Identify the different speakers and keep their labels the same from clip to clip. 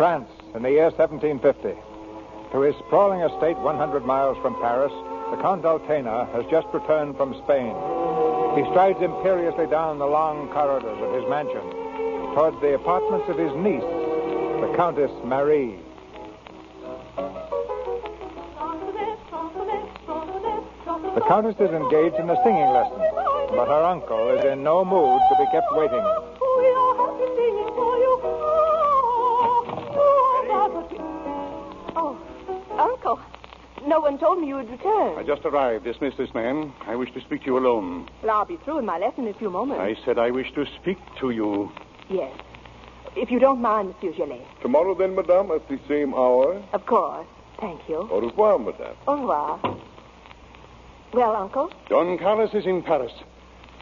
Speaker 1: France in the year 1750. To his sprawling estate 100 miles from Paris, the Condal Tena has just returned from Spain. He strides imperiously down the long corridors of his mansion toward the apartments of his niece, the Countess Marie. The Countess is engaged in a singing lesson, but her uncle is in no mood to be kept waiting.
Speaker 2: Oh, Uncle, no one told me you had returned.
Speaker 3: I just arrived, dismissed this man. I wish to speak to you alone.
Speaker 2: Well, I'll be through in my lesson in a few moments.
Speaker 3: I said I wish to speak to you.
Speaker 2: Yes. If you don't mind, Monsieur Gillet.
Speaker 4: Tomorrow, then, madame, at the same hour.
Speaker 2: Of course. Thank you.
Speaker 4: Au revoir, madame.
Speaker 2: Au revoir. Well, Uncle?
Speaker 3: Don Carlos is in Paris.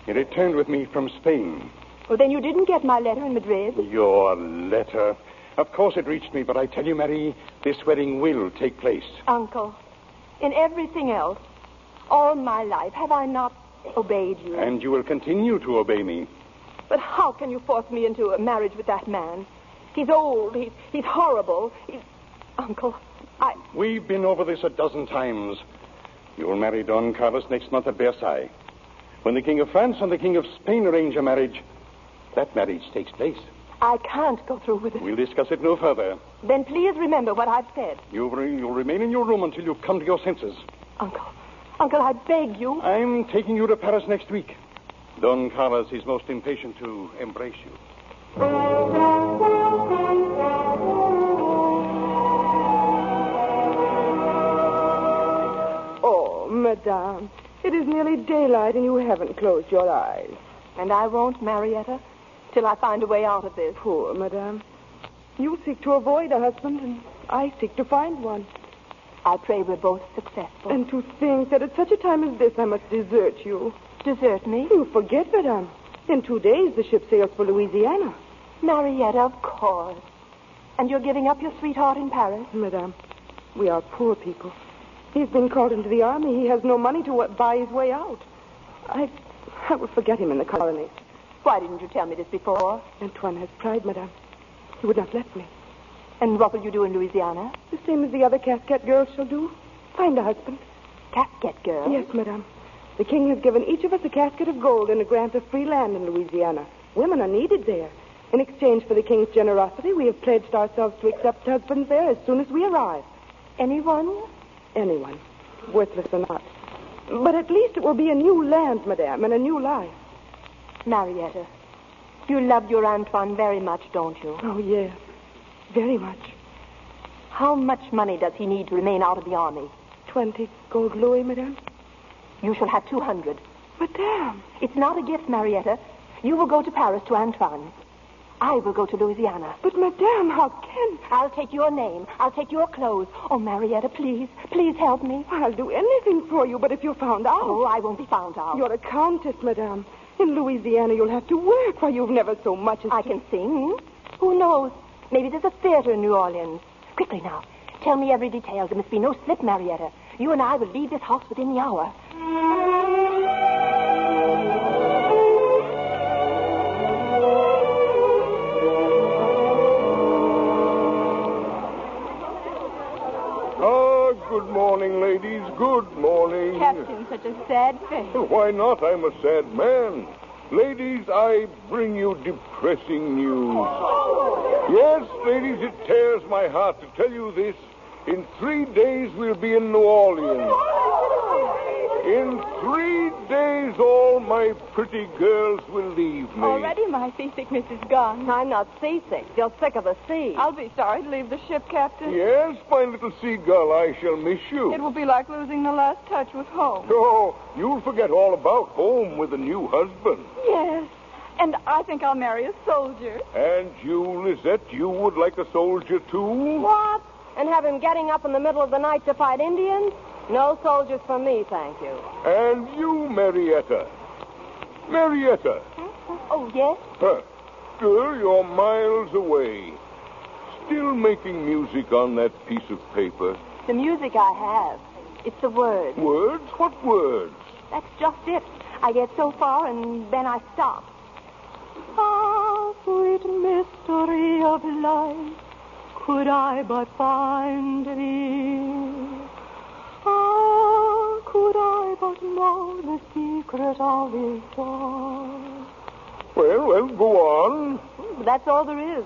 Speaker 3: He returned with me from Spain.
Speaker 2: Well, then you didn't get my letter in Madrid?
Speaker 3: Your letter. Of course it reached me, but I tell you, Marie, this wedding will take place.
Speaker 2: Uncle, in everything else, all my life, have I not obeyed you?
Speaker 3: And you will continue to obey me.
Speaker 2: But how can you force me into a marriage with that man? He's old, he's, he's horrible. He's... Uncle, I.
Speaker 3: We've been over this a dozen times. You'll marry Don Carlos next month at Versailles. When the King of France and the King of Spain arrange a marriage, that marriage takes place.
Speaker 2: I can't go through with it.
Speaker 3: We'll discuss it no further.
Speaker 2: Then please remember what I've said.
Speaker 3: You re- you'll remain in your room until you come to your senses.
Speaker 2: Uncle, Uncle, I beg you.
Speaker 3: I'm taking you to Paris next week. Don Carlos is most impatient to embrace you.
Speaker 5: Oh, madame, it is nearly daylight and you haven't closed your eyes.
Speaker 2: And I won't, Marietta, till I find a way out of this.
Speaker 5: Poor madame. You seek to avoid a husband, and I seek to find one.
Speaker 2: I pray we're both successful.
Speaker 5: And to think that at such a time as this I must desert you.
Speaker 2: desert me?
Speaker 5: You forget, madame. In two days the ship sails for Louisiana.
Speaker 2: Marietta, of course. And you're giving up your sweetheart in Paris?
Speaker 5: Madame, we are poor people. He's been called into the army. He has no money to uh, buy his way out. I, I will forget him in the colonies.
Speaker 2: Why didn't you tell me this before?
Speaker 5: Antoine has pride, madame. He would not let me.
Speaker 2: And what will you do in Louisiana?
Speaker 5: The same as the other Casquette girls shall do. Find a husband.
Speaker 2: Casket girl.
Speaker 5: Yes, madame. The king has given each of us a casket of gold and a grant of free land in Louisiana. Women are needed there. In exchange for the king's generosity, we have pledged ourselves to accept husbands there as soon as we arrive.
Speaker 2: Anyone?
Speaker 5: Anyone, worthless or not. But at least it will be a new land, madame, and a new life.
Speaker 2: Marietta, you love your Antoine very much, don't you?
Speaker 5: Oh, yes. Very much.
Speaker 2: How much money does he need to remain out of the army?
Speaker 5: Twenty gold louis, madame.
Speaker 2: You shall have 200.
Speaker 5: Madame.
Speaker 2: It's not a gift, Marietta. You will go to Paris to Antoine. I will go to Louisiana.
Speaker 5: But, madame, how can...
Speaker 2: I'll take your name. I'll take your clothes. Oh, Marietta, please, please help me.
Speaker 5: I'll do anything for you, but if you're found out...
Speaker 2: Oh, I won't be found out.
Speaker 5: You're a countess, madame. In Louisiana, you'll have to work. Why, you've never so much as...
Speaker 2: I can sing. Who knows? Maybe there's a theater in New Orleans. Quickly now. Tell me every detail. There must be no slip, Marietta. You and I will leave this house within the hour.
Speaker 4: Oh, Good morning, ladies. Good morning.
Speaker 6: Captain, such a sad face.
Speaker 4: Well, why not? I'm a sad man. Ladies, I bring you depressing news. Yes, ladies, it tears my heart to tell you this. In three days, we'll be in New Orleans. In three days, all my pretty girls will leave me.
Speaker 7: Already my seasickness is gone.
Speaker 6: I'm not seasick, just sick of the sea.
Speaker 7: I'll be sorry to leave the ship, Captain.
Speaker 4: Yes, my little seagull, I shall miss you.
Speaker 7: It will be like losing the last touch with home.
Speaker 4: Oh, you'll forget all about home with a new husband.
Speaker 7: Yes. And I think I'll marry a soldier.
Speaker 4: And you, Lisette, you would like a soldier too?
Speaker 6: What? And have him getting up in the middle of the night to fight Indians? No soldiers for me, thank you.
Speaker 4: And you, Marietta. Marietta,
Speaker 6: Oh, yes?
Speaker 4: huh, girl, you're miles away. Still making music on that piece of paper.
Speaker 6: The music I have. It's the words.
Speaker 4: Words? What words?
Speaker 6: That's just it. I get so far and then I stop. Ah, sweet mystery of life, could I but find thee? Ah, could I but know the secret of his song.
Speaker 4: Well, well, go on.
Speaker 6: That's all there is.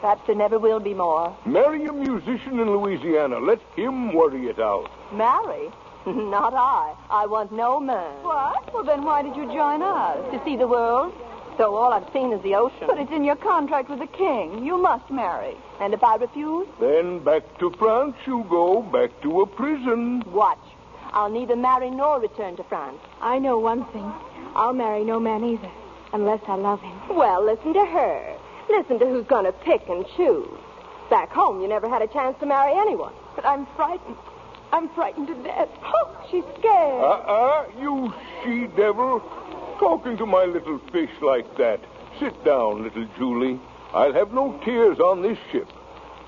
Speaker 6: Perhaps there never will be more.
Speaker 4: Marry a musician in Louisiana. Let him worry it out.
Speaker 6: Marry? Not I. I want no man.
Speaker 7: What? Well, then why did you join us?
Speaker 6: To see the world? So all I've seen is the ocean.
Speaker 7: But it's in your contract with the king. You must marry.
Speaker 6: And if I refuse,
Speaker 4: Then back to France you go, back to a prison.
Speaker 6: watch. I'll neither marry nor return to France.
Speaker 2: I know one thing. I'll marry no man either, unless I love him.
Speaker 6: Well, listen to her. Listen to who's going to pick and choose. Back home, you never had a chance to marry anyone.
Speaker 7: But I'm frightened. I'm frightened to death. Oh, she's scared.
Speaker 4: Uh-uh, you she-devil. Talking to my little fish like that. Sit down, little Julie. I'll have no tears on this ship.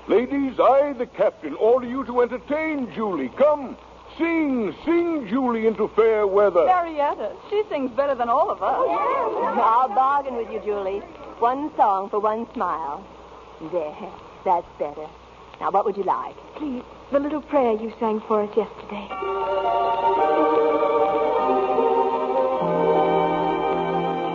Speaker 4: Ladies, I, the captain, order you to entertain Julie. Come, sing, sing Julie into fair weather.
Speaker 7: Marietta, she sings better than all of us.
Speaker 6: I'll bargain with you, Julie. One song for one smile. There, that's better. Now, what would you like?
Speaker 2: Please, the little prayer you sang for us yesterday.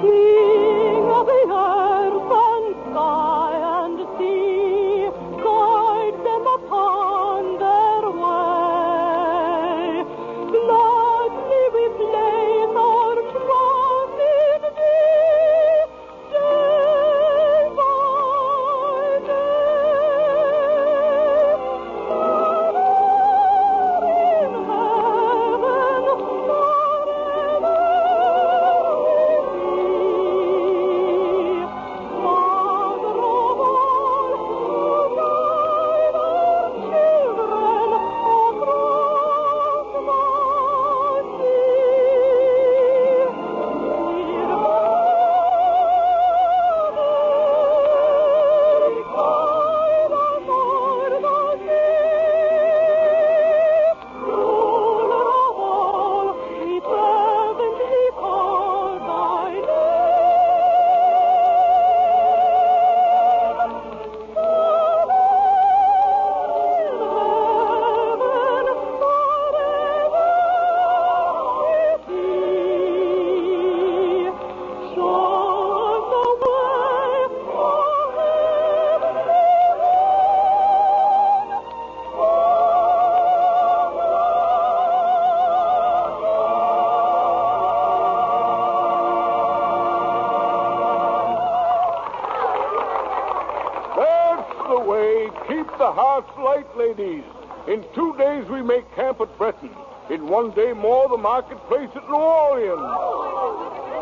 Speaker 6: King of the earth and sky and sea, guide them upon their way. Gladly we place our trust in thee, day by day. Father in heaven,
Speaker 4: That's the way. Keep the hearts light, ladies. In two days we make camp at Breton. In one day more, the marketplace at New Orleans.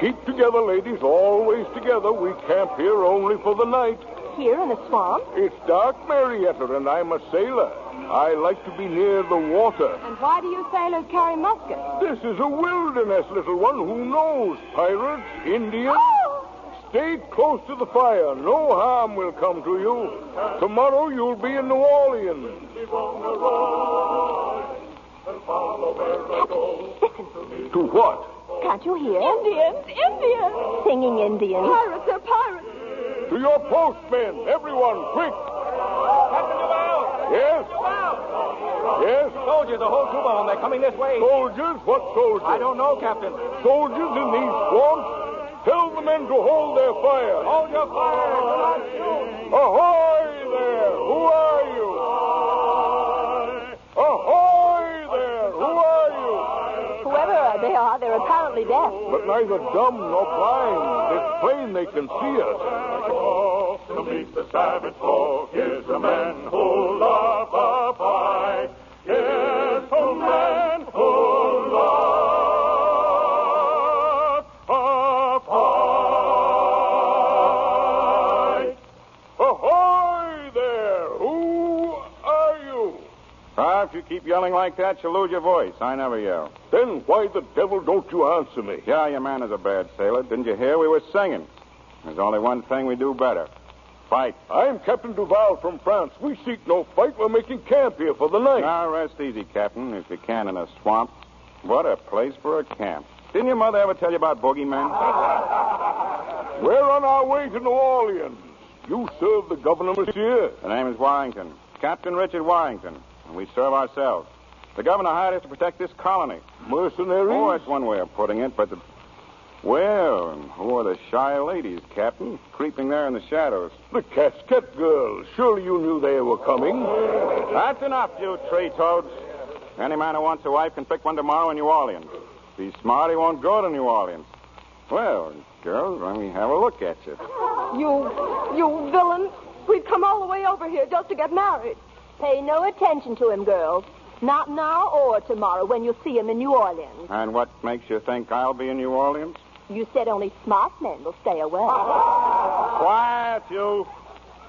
Speaker 4: Keep together, ladies, always together. We camp here only for the night.
Speaker 6: Here in the swamp?
Speaker 4: It's dark, Marietta, and I'm a sailor. I like to be near the water.
Speaker 6: And why do you sailors carry muskets?
Speaker 4: This is a wilderness, little one. Who knows? Pirates, Indians. Stay close to the fire. No harm will come to you. Tomorrow you'll be in New Orleans. To what?
Speaker 2: Can't you hear?
Speaker 7: Indians, Indians.
Speaker 2: Singing Indians.
Speaker 7: Pirates, they're pirates.
Speaker 4: To your post, men. Everyone, quick.
Speaker 8: Captain Duval!
Speaker 4: Yes?
Speaker 8: Duval!
Speaker 4: Yes?
Speaker 8: Soldiers, the whole troop of them. They're coming this way.
Speaker 4: Soldiers? What soldiers? I
Speaker 8: don't know, Captain.
Speaker 4: Soldiers in these swamps? Tell the men to hold their fire.
Speaker 8: Hold your fire. Do not shoot.
Speaker 4: Ahoy there. Who are you? Ahoy there. Who are you?
Speaker 2: Whoever they are, they're apparently deaf.
Speaker 4: But neither dumb nor blind. It's plain they can see us
Speaker 9: to meet the savage folk is a man who loves a pie. Is a man who loves a pie.
Speaker 4: Ahoy there! Who are you?
Speaker 10: Ah, if you keep yelling like that, you'll lose your voice. I never yell.
Speaker 4: Then why the devil don't you answer me?
Speaker 10: Yeah, your man is a bad sailor. Didn't you hear? We were singing. There's only one thing we do better. Fight.
Speaker 4: I'm Captain Duval from France. We seek no fight. We're making camp here for the night.
Speaker 10: Now, rest easy, Captain, if you can in a swamp. What a place for a camp. Didn't your mother ever tell you about boogeymen?
Speaker 4: We're on our way to New Orleans. You serve the governor, monsieur.
Speaker 10: The name is Warrington. Captain Richard Warrington. And we serve ourselves. The governor hired us to protect this colony.
Speaker 4: Mercenaries?
Speaker 10: Oh, that's one way of putting it, but the... Well, Oh, and who are the shy ladies, Captain? Creeping there in the shadows.
Speaker 4: The Casquette girls. Surely you knew they were coming.
Speaker 10: That's enough, you tree toads. Any man who wants a wife can pick one tomorrow in New Orleans. If he's smart, he won't go to New Orleans. Well, girls, let me have a look at you.
Speaker 7: You, you villain. We've come all the way over here just to get married.
Speaker 2: Pay no attention to him, girls. Not now or tomorrow when you see him in New Orleans.
Speaker 10: And what makes you think I'll be in New Orleans?
Speaker 2: You said only smart men will stay away.
Speaker 10: Quiet, you.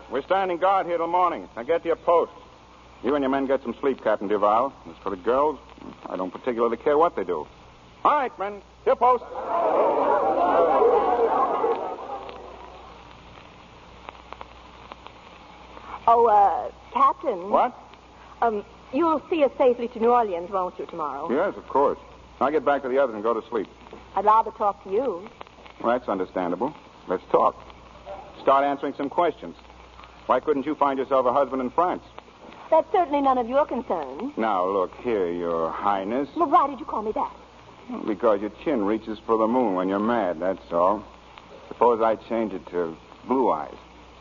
Speaker 10: We're standing guard here till morning. Now get to your post. You and your men get some sleep, Captain Duval. As for the girls, I don't particularly care what they do. All right, men. Your post.
Speaker 2: Oh, uh, Captain.
Speaker 10: What?
Speaker 2: Um, you'll see us safely to New Orleans, won't you, tomorrow?
Speaker 10: Yes, of course. Now get back to the others and go to sleep.
Speaker 2: I'd rather talk to you.
Speaker 10: Well, that's understandable. Let's talk. Start answering some questions. Why couldn't you find yourself a husband in France?
Speaker 2: That's certainly none of your concern.
Speaker 10: Now, look here, Your Highness.
Speaker 2: Well, why did you call me that?
Speaker 10: Because your chin reaches for the moon when you're mad, that's all. Suppose I change it to Blue Eyes.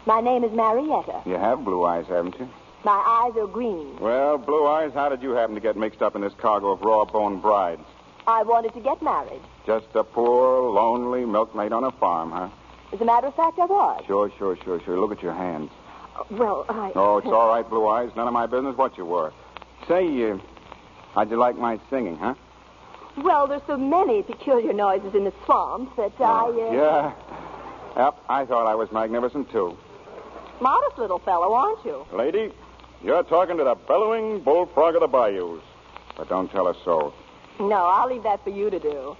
Speaker 2: My name is Marietta.
Speaker 10: You have blue eyes, haven't you?
Speaker 2: My eyes are green.
Speaker 10: Well, Blue Eyes, how did you happen to get mixed up in this cargo of raw boned brides?
Speaker 2: I wanted to get married.
Speaker 10: Just a poor, lonely milkmaid on a farm, huh?
Speaker 2: As a matter of fact, I was.
Speaker 10: Sure, sure, sure, sure. Look at your hands.
Speaker 2: Uh, well, I.
Speaker 10: Oh, it's all right, Blue Eyes. None of my business what you were. Say, uh, how'd you like my singing, huh?
Speaker 2: Well, there's so many peculiar noises in the swamp that
Speaker 10: yeah.
Speaker 2: I.
Speaker 10: Uh... Yeah. Yep, I thought I was magnificent, too.
Speaker 2: Modest little fellow, aren't you?
Speaker 10: Lady, you're talking to the bellowing bullfrog of the bayous. But don't tell us so.
Speaker 2: No, I'll leave that for you to do.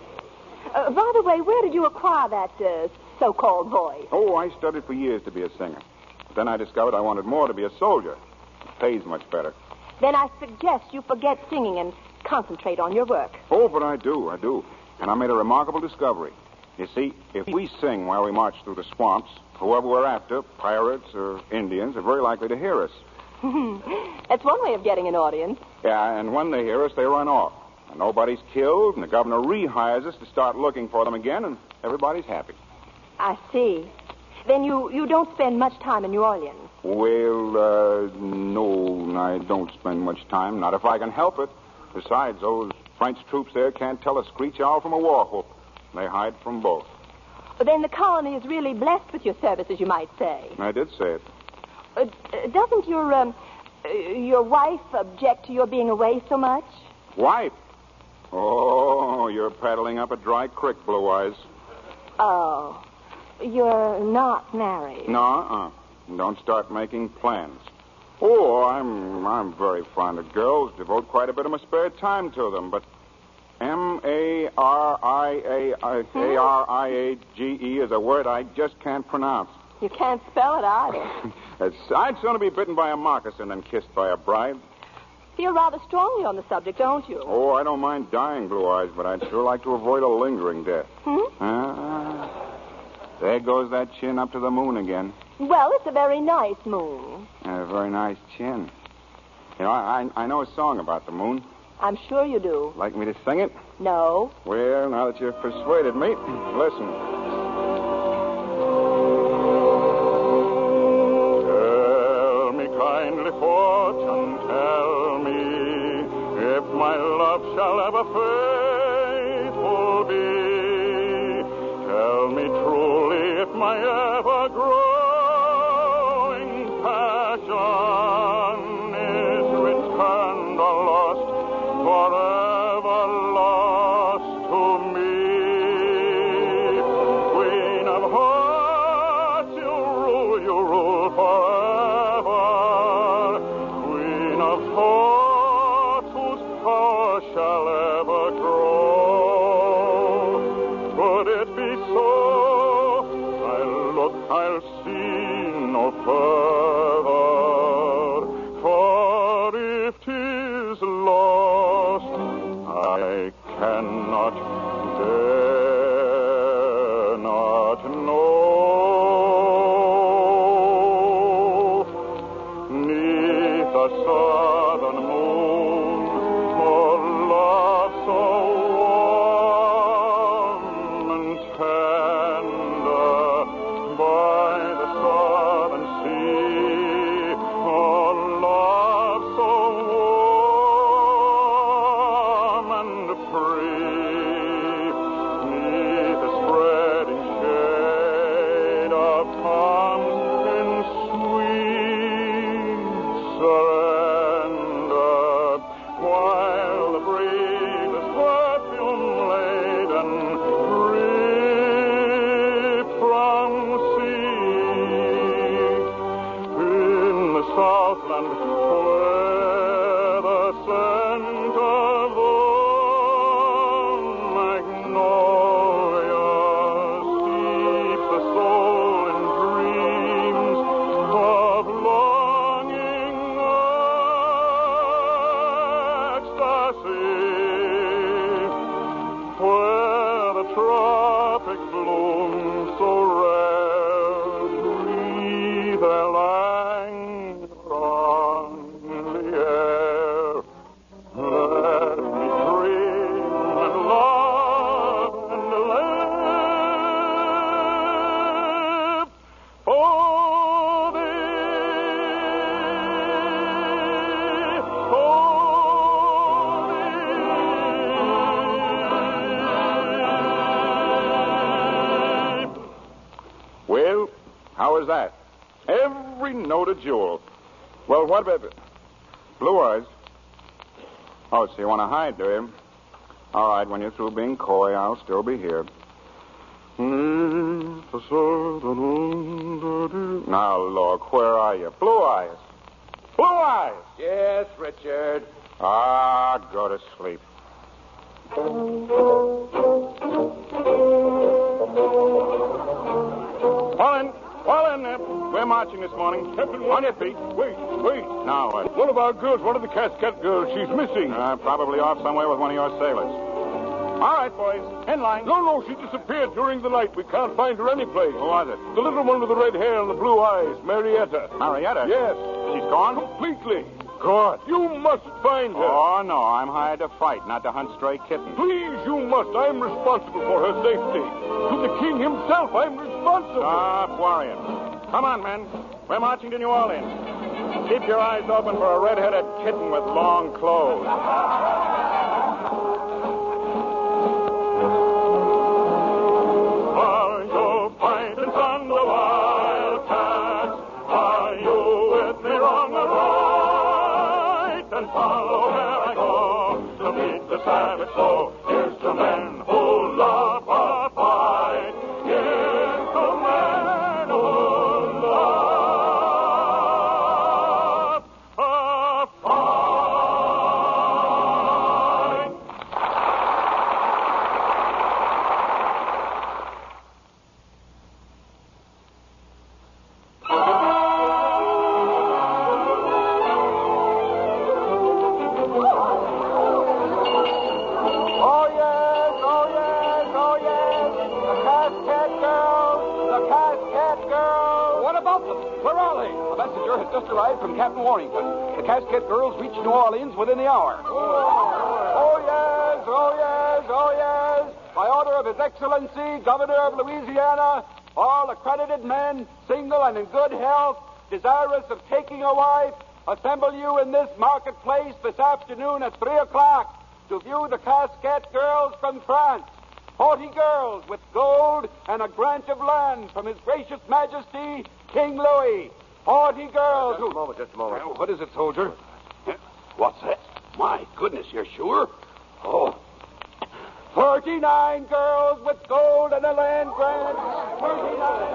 Speaker 2: Uh, by the way, where did you acquire that uh, so called voice?
Speaker 10: Oh, I studied for years to be a singer. But then I discovered I wanted more to be a soldier. It pays much better.
Speaker 2: Then I suggest you forget singing and concentrate on your work.
Speaker 10: Oh, but I do, I do. And I made a remarkable discovery. You see, if we sing while we march through the swamps, whoever we're after, pirates or Indians, are very likely to hear us.
Speaker 2: That's one way of getting an audience.
Speaker 10: Yeah, and when they hear us, they run off. And nobody's killed, and the governor rehires us to start looking for them again, and everybody's happy.
Speaker 2: I see. Then you, you don't spend much time in New Orleans.
Speaker 10: Well, uh, no, I don't spend much time. Not if I can help it. Besides, those French troops there can't tell a screech owl from a war whoop. They hide from both.
Speaker 2: But then the colony is really blessed with your services, you might say.
Speaker 10: I did say it.
Speaker 2: Uh, doesn't your um, your wife object to your being away so much?
Speaker 10: Wife? Oh, you're paddling up a dry creek, Blue Eyes.
Speaker 2: Oh, you're not married.
Speaker 10: No, uh, don't start making plans. Oh, I'm I'm very fond of girls. Devote quite a bit of my spare time to them, but. M A R I A A R I A G E is a word I just can't pronounce.
Speaker 2: You can't spell it either.
Speaker 10: I'd sooner be bitten by a moccasin than kissed by a bride.
Speaker 2: Feel rather strongly on the subject, don't you?
Speaker 10: Oh, I don't mind dying, Blue Eyes, but I'd sure like to avoid a lingering death.
Speaker 2: Hmm?
Speaker 10: Ah, there goes that chin up to the moon again.
Speaker 2: Well, it's a very nice moon.
Speaker 10: A very nice chin. You know, I, I I know a song about the moon.
Speaker 2: I'm sure you do.
Speaker 10: Like me to sing it?
Speaker 2: No.
Speaker 10: Well, now that you've persuaded me, listen.
Speaker 9: Tell me kindly, fortune, tell me if my love shall ever faithful be. Tell me truly if my ever growing passion is returned or lost, forever lost to me. Queen of hearts, you rule, you rule forever. Queen of thoughts, whose power shall ever grow. Could it be so? I'll look, I'll see no further. For if 'tis lost, I cannot, dare not know. Neath the southern moon, for love so warm and tender, by the southern sea, for love so warm and free, neath the spreading shade of palms in sweet surrender, while the breeze is perfume laden, free from sea. In the southland, where the scent of the magnolia steeps the soul in dreams of longing ecstasy where the tropic blooms so rarely their languor on the air. Let me dream and love and live for thee,
Speaker 10: Well, how is that? Every note a jewel. Well, what about it? Blue eyes. Oh, so you want to hide, do you? All right, when you're through being coy, I'll still be here. Now, look, where are you? Blue eyes. Blue eyes!
Speaker 11: Yes, Richard.
Speaker 10: Ah, go to sleep. Fall in, fall in there. We're marching this morning. On your feet. Wait, wait. Now what?
Speaker 4: One of our girls, one of the Cascat girls, she's missing.
Speaker 10: Uh, probably off somewhere with one of your sailors.
Speaker 4: All right, boys, in line. No, no, she disappeared during the night. We can't find her anyplace.
Speaker 10: Who was it?
Speaker 4: The little one with the red hair and the blue eyes, Marietta.
Speaker 10: Marietta?
Speaker 4: Yes.
Speaker 10: She's gone?
Speaker 4: Completely.
Speaker 10: God.
Speaker 4: You must find her.
Speaker 10: Oh, no, I'm hired to fight, not to hunt stray kittens.
Speaker 4: Please, you must. I'm responsible for her safety. To the king himself, I'm responsible.
Speaker 10: Stop worrying. Come on, men. We're marching to New Orleans. Keep your eyes open for a red-headed kitten with long clothes.
Speaker 9: Are you fighting from the wildcats? Are you with me on the right? Then follow where I go to meet the savage foe. Here's to men who love a fight. Here's to men who love a fight.
Speaker 10: Well,
Speaker 6: Oh,
Speaker 11: Nelson, where are they? A messenger has just arrived from Captain Warrington. The Casket girls reached New Orleans within the hour. Oh, yes, oh, yes, oh, yes. By order of His Excellency, Governor of Louisiana, all accredited men, single and in good health, desirous of taking a wife, assemble you in this marketplace this afternoon at 3 o'clock to view the Casquette girls from France. Forty girls with gold and a grant of land from His Gracious Majesty, King Louis. Forty girls
Speaker 12: Just a moment, just a moment.
Speaker 11: Well, what is it, soldier? What's that? My goodness, you're sure? Oh. Thirty-nine girls with gold and a land grant. Thirty-nine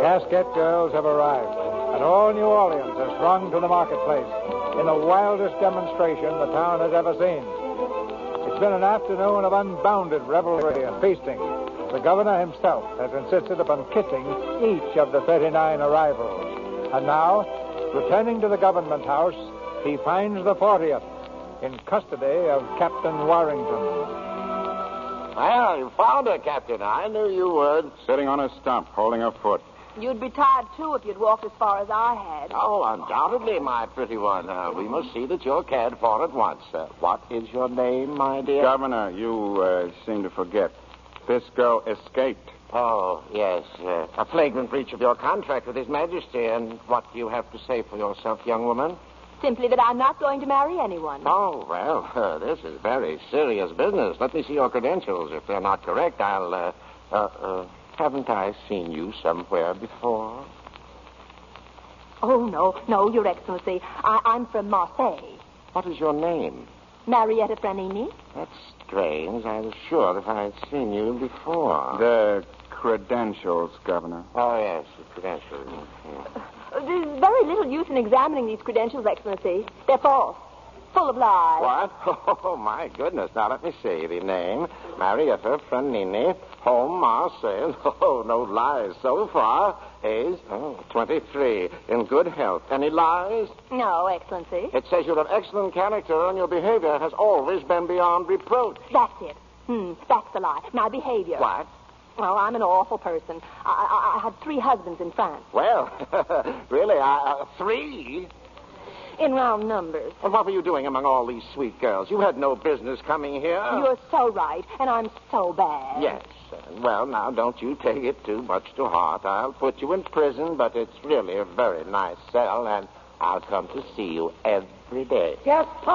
Speaker 1: The Casquette girls have arrived, and all New Orleans has thronged to the marketplace in the wildest demonstration the town has ever seen. It's been an afternoon of unbounded revelry and feasting. The governor himself has insisted upon kissing each of the 39 arrivals. And now, returning to the government house, he finds the 40th in custody of Captain Warrington.
Speaker 12: Well, you found her, Captain. I knew you would.
Speaker 10: Sitting on a stump, holding her foot.
Speaker 2: You'd be tired, too, if you'd walked as far as I had.
Speaker 12: Oh, undoubtedly, my pretty one. Uh, we must see that you're cared for at once. Uh, what is your name, my dear?
Speaker 10: Governor, you uh, seem to forget. This girl escaped.
Speaker 12: Oh, yes. Uh, a flagrant breach of your contract with His Majesty. And what do you have to say for yourself, young woman?
Speaker 2: Simply that I'm not going to marry anyone.
Speaker 12: Oh, well, uh, this is very serious business. Let me see your credentials. If they're not correct, I'll. Uh, uh, uh, haven't I seen you somewhere before?
Speaker 2: Oh, no, no, Your Excellency. I, I'm from Marseille.
Speaker 12: What is your name?
Speaker 2: Marietta Franini?
Speaker 12: That's strange. I was sure that I had seen you before.
Speaker 10: The credentials, Governor.
Speaker 12: Oh, yes, the credentials. Mhm.
Speaker 2: Uh, There's very little use in examining these credentials, Excellency. They're false, full of lies.
Speaker 12: What? Oh, my goodness. Now, let me see. The name Marietta Franini, home Marseille. Oh, no lies so far. Age oh, 23, in good health. Any lies?
Speaker 2: No, Excellency.
Speaker 12: It says you're of excellent character, and your behavior has always been beyond reproach.
Speaker 2: That's it. Hmm, that's the lie. My behavior.
Speaker 12: What?
Speaker 2: Well, I'm an awful person. I, I, I had three husbands in France,
Speaker 12: Well, really, I, uh, three?
Speaker 2: in round numbers.
Speaker 12: And what were you doing among all these sweet girls? You had no business coming here.
Speaker 2: You're so right, and I'm so bad.
Speaker 12: Yes. and Well, now, don't you take it too much to heart. I'll put you in prison, but it's really a very nice cell, and I'll come to see you every day.
Speaker 13: Gaspard,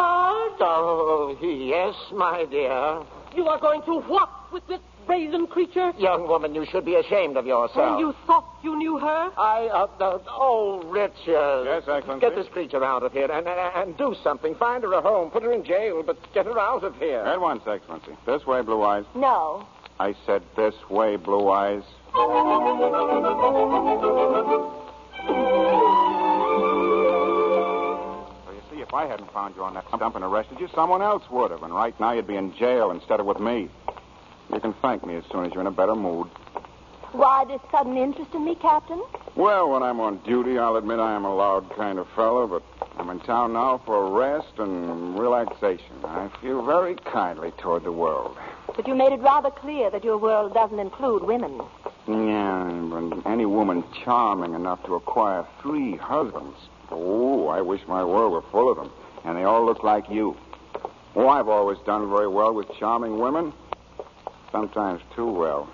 Speaker 12: Oh, yes, my dear.
Speaker 13: you are going to walk with this brazen creature?
Speaker 12: Young woman, you should be ashamed of yourself.
Speaker 13: And you thought you knew her?
Speaker 12: I, uh, uh, oh, Richard.
Speaker 10: Yes, Excellency?
Speaker 12: Get this creature out of here and, and, and do something. Find her a home. Put her in jail, but get her out of here.
Speaker 10: At once, Excellency. This way, Blue Eyes.
Speaker 2: No.
Speaker 10: I said this way, Blue Eyes. Well, you see, if I hadn't found you on that stump and arrested you, someone else would have, and right now you'd be in jail instead of with me. You can thank me as soon as you're in a better mood.
Speaker 2: Why this sudden interest in me, Captain?
Speaker 10: Well, when I'm on duty, I'll admit I am a loud kind of fellow, but I'm in town now for rest and relaxation. I feel very kindly toward the world.
Speaker 2: But you made it rather clear that your world doesn't include women.
Speaker 10: Yeah, but any woman charming enough to acquire three husbands. Oh, I wish my world were full of them, and they all look like you. Oh, I've always done very well with charming women. Sometimes too well.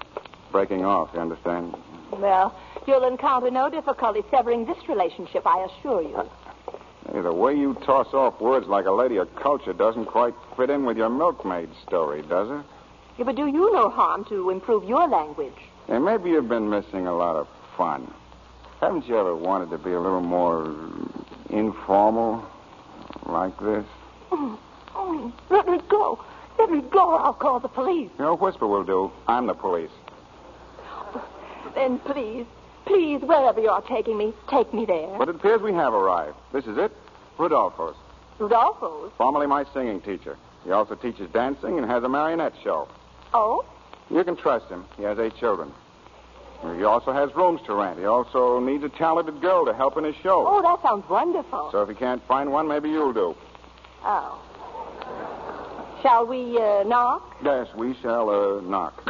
Speaker 10: Breaking off, you understand?
Speaker 2: Well, you'll encounter no difficulty severing this relationship, I assure you.
Speaker 10: Hey, the way you toss off words like a lady of culture doesn't quite fit in with your milkmaid story, does it?
Speaker 2: You would do you no harm to improve your language.
Speaker 10: Hey, maybe you've been missing a lot of fun. Haven't you ever wanted to be a little more informal like this?
Speaker 2: Oh, let me go. Let me go, or I'll call the police.
Speaker 10: You know, whisper will do. I'm the police.
Speaker 2: Then please, please, wherever you are taking me, take me there.
Speaker 10: But it appears we have arrived. This is it. Rodolfo's,
Speaker 2: Rodolfo's?
Speaker 10: formerly my singing teacher. He also teaches dancing and has a marionette show.
Speaker 2: Oh?
Speaker 10: You can trust him. He has eight children. He also has rooms to rent. He also needs a talented girl to help in his show.
Speaker 2: Oh, that sounds wonderful.
Speaker 10: So if he can't find one, maybe you'll do.
Speaker 2: Oh. Shall we uh, knock?
Speaker 10: Yes, we shall uh, knock.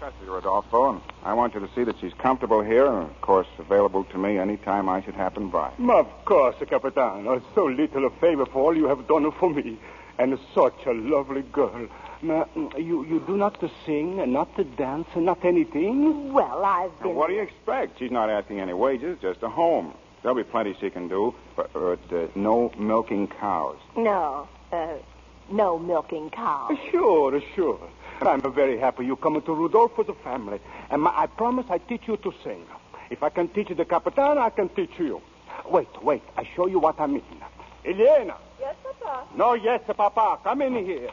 Speaker 10: custody, Rodolfo, and I want you to see that she's comfortable here and, of course, available to me any time I should happen by.
Speaker 14: Of course, Capitano. So little a favor for all you have done for me. And such a lovely girl. Now, you, you do not to sing, not to dance, not anything?
Speaker 2: Well, I've
Speaker 10: Now,
Speaker 2: been.
Speaker 10: what do you expect? She's not asking any wages, just a home. There'll be plenty she can do, but, but uh, no milking cows.
Speaker 2: No. Uh, no milking cows.
Speaker 14: Sure, sure. I'm very happy you come to Rudolfo's family. And my, I promise I teach you to sing. If I can teach the Capitano, I can teach you. Wait, wait. I show you what I mean. Elena.
Speaker 7: Yes, Papa.
Speaker 14: No, yes, Papa. Come in here.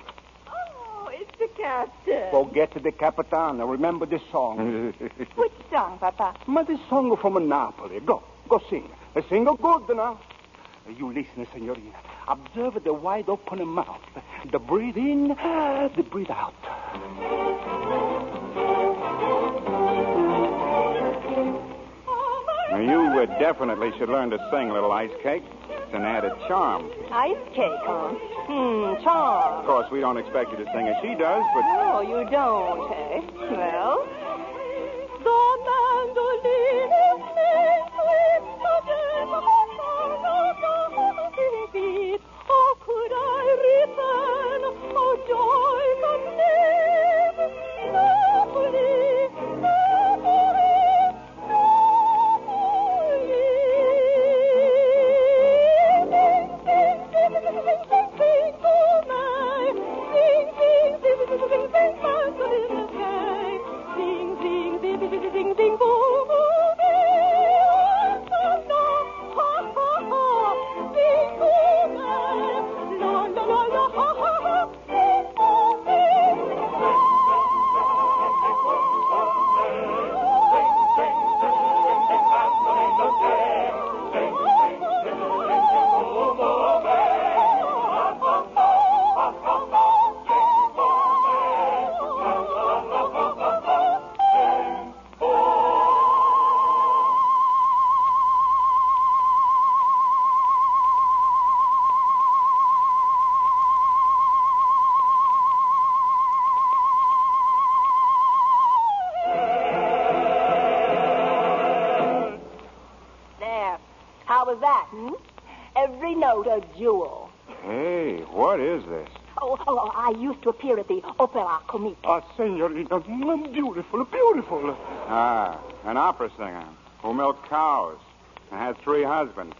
Speaker 7: Oh, it's the captain.
Speaker 14: Forget the Capitano. Remember the song.
Speaker 7: Which song, Papa?
Speaker 14: Ma the song from Napoli. Go, go sing. Sing good now. You listen, Signorina. Observe the wide open mouth. The breathe in, the breathe out.
Speaker 10: Now, you uh, definitely should learn to sing, little ice cake. It's an added charm.
Speaker 2: Ice cake, huh? Hmm, charm.
Speaker 10: Of course, we don't expect you to sing as she does, but
Speaker 2: No, you don't, eh? Well, there. How was that, hmm? Every note a jewel.
Speaker 10: hey, what is this?
Speaker 2: Oh, oh, I used to appear at the Opera Comique.
Speaker 14: Ah, Signorina, beautiful, beautiful.
Speaker 10: Ah, an opera singer who milked cows and had three husbands.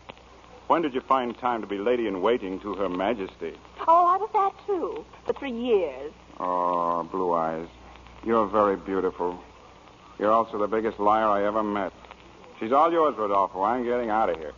Speaker 10: When did you find time to be lady in waiting to Her Majesty?
Speaker 2: Oh, I was that, too, for three years.
Speaker 10: Oh, Blue Eyes, you're very beautiful. You're also the biggest liar I ever met. She's all yours, Rodolfo. I'm getting out of here.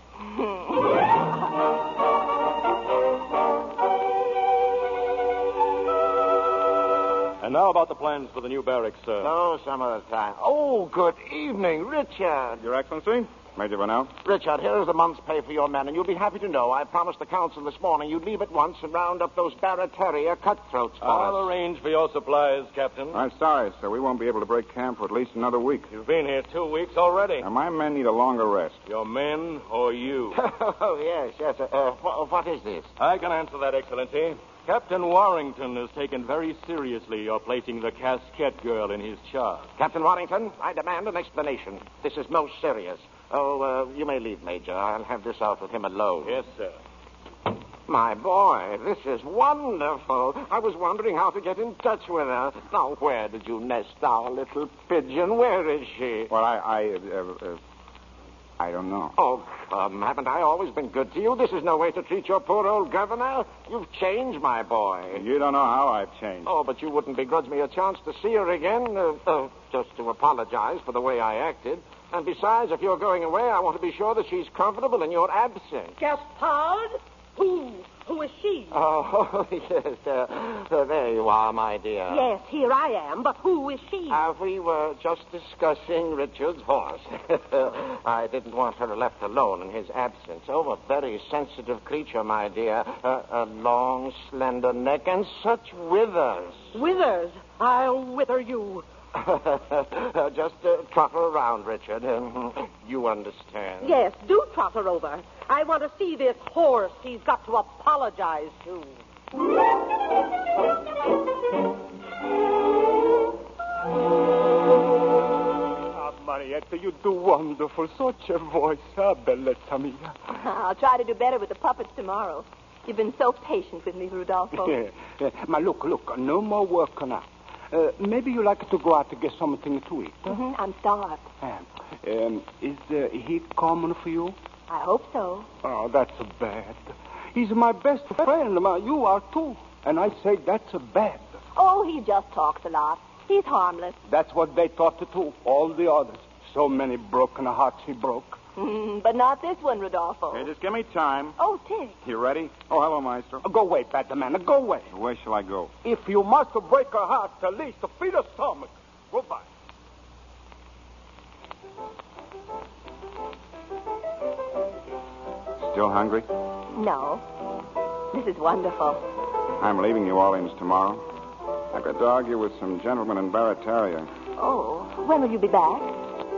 Speaker 15: And now about the plans for the new barracks, sir.
Speaker 12: No, some other time. Oh, good evening, Richard.
Speaker 10: Your Excellency? Major Vanell?
Speaker 12: Richard, here is a month's pay for your men, and you'll be happy to know I promised the council this morning you'd leave at once and round up those Barataria cutthroats for us.
Speaker 15: I'll arrange for your supplies, Captain.
Speaker 10: I'm sorry, sir. We won't be able to break camp for at least another week.
Speaker 15: You've been here two weeks already.
Speaker 10: Now, my men need a longer rest.
Speaker 15: Your men or you?
Speaker 12: Oh, yes, yes. Uh, uh, wh- what is this?
Speaker 15: I can answer that, Excellency. Captain Warrington has taken very seriously your placing the casquette girl in his charge.
Speaker 12: Captain Warrington, I demand an explanation. This is most serious. Oh, uh, you may leave, Major. I'll have this out with him alone.
Speaker 15: Yes, sir.
Speaker 12: My boy, this is wonderful. I was wondering how to get in touch with her. Now, where did you nest our little pigeon? Where is she?
Speaker 10: Well, I. I, uh, uh, I don't know.
Speaker 12: Oh, come, haven't I always been good to you? This is no way to treat your poor old governor. You've changed, my boy.
Speaker 10: You don't know how I've changed.
Speaker 12: Oh, but you wouldn't begrudge me a chance to see her again, uh, uh, just to apologize for the way I acted. And besides, if you're going away, I want to be sure that she's comfortable in your absence.
Speaker 13: Gaspard? Who? Who is she?
Speaker 12: Oh, yes, uh, so there you are, my dear.
Speaker 2: Yes, here I am, but who is she?
Speaker 12: Uh, we were just discussing Richard's horse. I didn't want her left alone in his absence. Oh, a very sensitive creature, my dear. Uh, a long, slender neck and such withers.
Speaker 13: Withers. I'll wither you.
Speaker 12: Uh, just uh, trot her around, Richard. Um, you understand.
Speaker 13: Yes, do trot her over. I want to see this horse he's got to apologize to.
Speaker 10: Now,
Speaker 14: Belletta, Ah, you do wonderful. Such a voice. Ah, Belletta mia.
Speaker 2: I'll try to do better with the puppets tomorrow. You've been so patient with me, Rudolfo.
Speaker 14: Yeah, yeah. Eh, Ma, look, look, no more work now. Uh, maybe you like to go out to get something to eat.
Speaker 2: hmm I'm starved.
Speaker 14: Uh, um, is uh, he common for you?
Speaker 2: I hope so.
Speaker 14: Oh, that's bad. He's my best friend. Ma, you are too. And I say that's bad.
Speaker 2: Oh, he just talks a lot. He's harmless.
Speaker 14: That's what they thought too, all the others. So many broken hearts he broke.
Speaker 2: Mm, but not this one, Rodolfo.
Speaker 10: Hey, just give me time.
Speaker 2: Oh, Tick.
Speaker 10: You ready? Oh, hello, Maestro.
Speaker 14: Go away, bad man. Go away.
Speaker 10: Where shall I go?
Speaker 14: If you must break a heart, at least feed a stomach. Goodbye.
Speaker 10: Still hungry?
Speaker 2: No. This is wonderful.
Speaker 10: I'm leaving New Orleans tomorrow. I got to argue with some gentlemen in Barataria.
Speaker 2: Oh, when will you be back?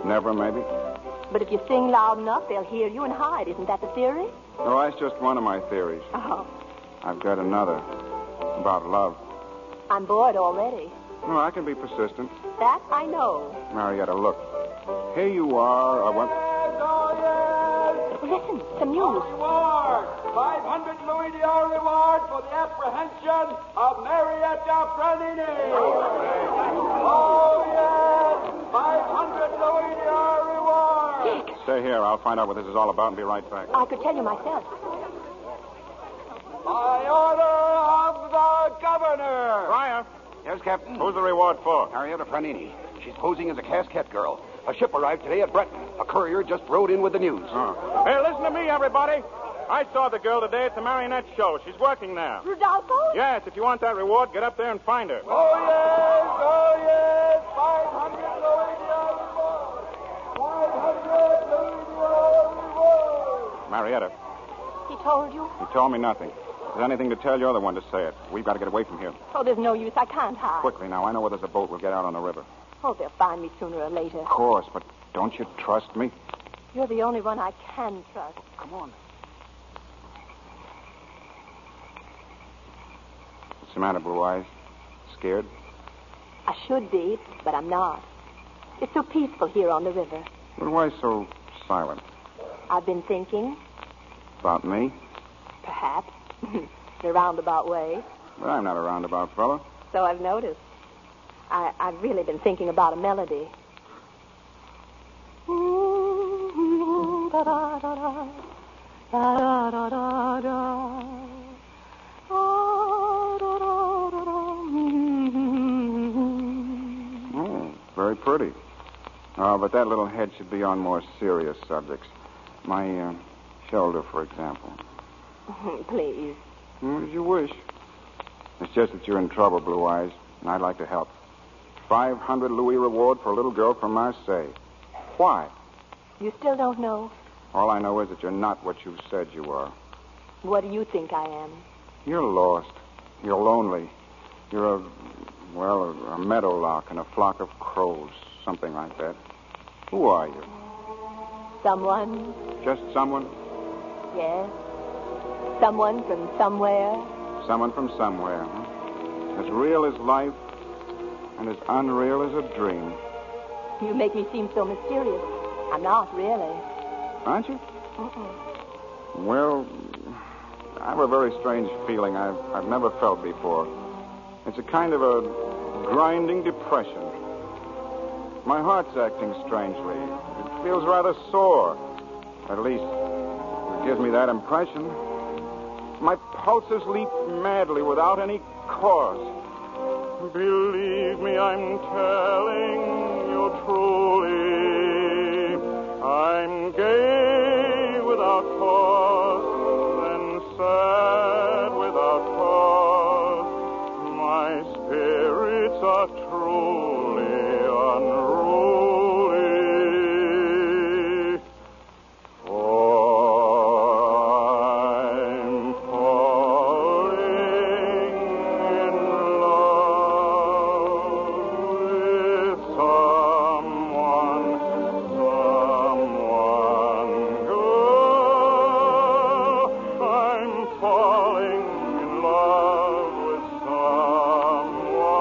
Speaker 10: Never, maybe.
Speaker 2: But if you sing loud enough, they'll hear you and hide. Isn't that the theory?
Speaker 10: No, that's just one of my theories.
Speaker 2: Oh,
Speaker 10: I've got another about love.
Speaker 2: I'm bored already.
Speaker 10: Well, I can be persistent.
Speaker 2: That I know.
Speaker 10: Marietta, look. Here you are. I went.
Speaker 2: Listen, some news.
Speaker 11: Reward! 500 Louis d'Or reward for the apprehension of Marietta Bernini! Oh, yes! 500 Louis d'Or reward!
Speaker 10: Stay here. I'll find out what this is all about and be right back.
Speaker 2: I could tell you myself.
Speaker 11: By order of the governor!
Speaker 10: Ryan!
Speaker 11: Yes, Captain?
Speaker 10: Who's the reward for?
Speaker 11: Marietta Franini. She's posing as a Casquette girl. A ship arrived today at Breton. A courier just rode in with the news.
Speaker 10: Hey, listen to me, everybody. I saw the girl today at the marionette show. She's working now.
Speaker 2: Rodolfo?
Speaker 10: Yes, if you want that reward, get up there and find her.
Speaker 11: Oh, yes, oh, yes. 500 Louis d'Or reward. 500 Louis d'Or reward.
Speaker 10: Marietta,
Speaker 2: He told you?
Speaker 10: you told me nothing. If there's anything to tell, you're the one to say it. We've got to get away from here.
Speaker 2: Oh, there's no use. I can't hide.
Speaker 10: Quickly now. I know where there's a boat. We'll get out on the river.
Speaker 2: Oh, they'll find me sooner or later.
Speaker 10: Of course, but don't you trust me?
Speaker 2: You're the only one I can trust.
Speaker 11: Come on.
Speaker 10: What's the matter, Blue Eyes? Scared?
Speaker 2: I should be, but I'm not. It's so peaceful here on the river.
Speaker 10: Blue Eyes so silent?
Speaker 2: I've been thinking,
Speaker 10: About me?
Speaker 2: perhaps, the roundabout way,
Speaker 10: But I'm not a roundabout fellow.
Speaker 2: so I've noticed. I, I've really been thinking about a melody.
Speaker 10: Oh, very pretty. Oh, but that little head should be on more serious subjects. My uh, shoulder, for example.
Speaker 2: Please.
Speaker 10: Mm, as you wish. It's just that you're in trouble, Blue Eyes, and I'd like to help. 500 Louis reward for a little girl from Marseille. Why?
Speaker 2: You still don't know?
Speaker 10: All I know is that you're not what you said you are.
Speaker 2: What do you think I am?
Speaker 10: You're lost. You're lonely. You're a, well, a, a meadowlark and a flock of crows, something like that. Who are you?
Speaker 2: Someone?
Speaker 10: Just someone?
Speaker 2: Yes. Someone from somewhere?
Speaker 10: Someone from somewhere. Huh? As real as life and as unreal as a dream.
Speaker 2: You make me seem so mysterious. I'm not really.
Speaker 10: Aren't you?
Speaker 2: Mm-mm.
Speaker 10: Well, I have a very strange feeling I've, I've never felt before. It's a kind of a grinding depression. My heart's acting strangely. It feels rather sore. At least, it gives me that impression. My pulses leap madly without any cause. Believe me, I'm telling you truly. I'm gay without cause and sad without cause. My spirits are truly unruly. For I'm falling in love with someone, someone good. I'm falling in love with someone
Speaker 9: "Oh,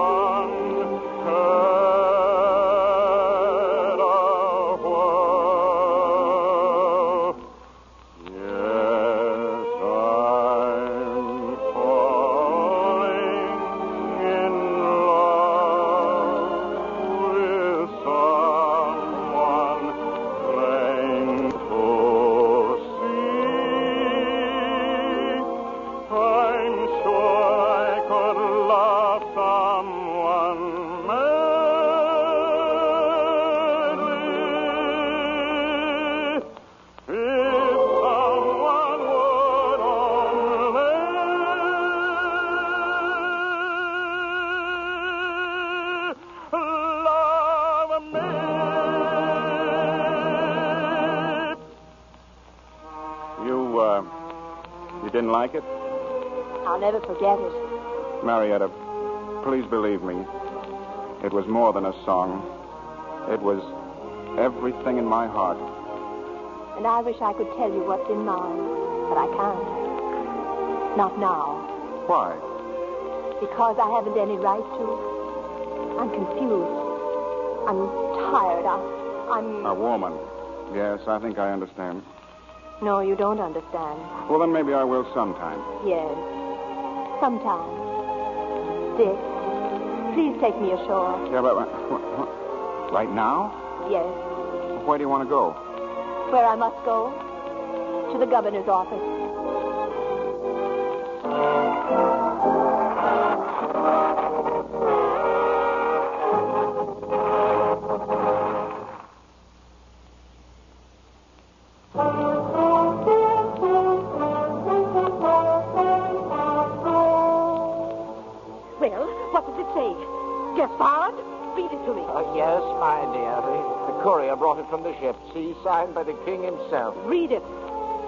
Speaker 10: You, uh, you didn't like it?
Speaker 2: I'll never forget it.
Speaker 10: Marietta, please believe me. It was more than a song. It was everything in my heart.
Speaker 2: And I wish I could tell you what's in mine, but I can't. Not now,
Speaker 10: Why?
Speaker 2: because I haven't any right to. I'm confused. I'm tired. I, I'm.
Speaker 10: A woman. Yes, I think I understand.
Speaker 2: No, you don't understand.
Speaker 10: Well, then maybe I will sometime.
Speaker 2: Yes. Sometimes. Dick, please take me ashore.
Speaker 10: Yeah, but but- right now?
Speaker 2: Yes.
Speaker 10: Where do you want to go?
Speaker 2: Where I must go? To the governor's office.
Speaker 13: Well, what does it say? Gaspard, read it to me.
Speaker 12: Oh, yes, my dear. The, the courier brought it from the ship. See, signed by the king himself.
Speaker 13: Read it.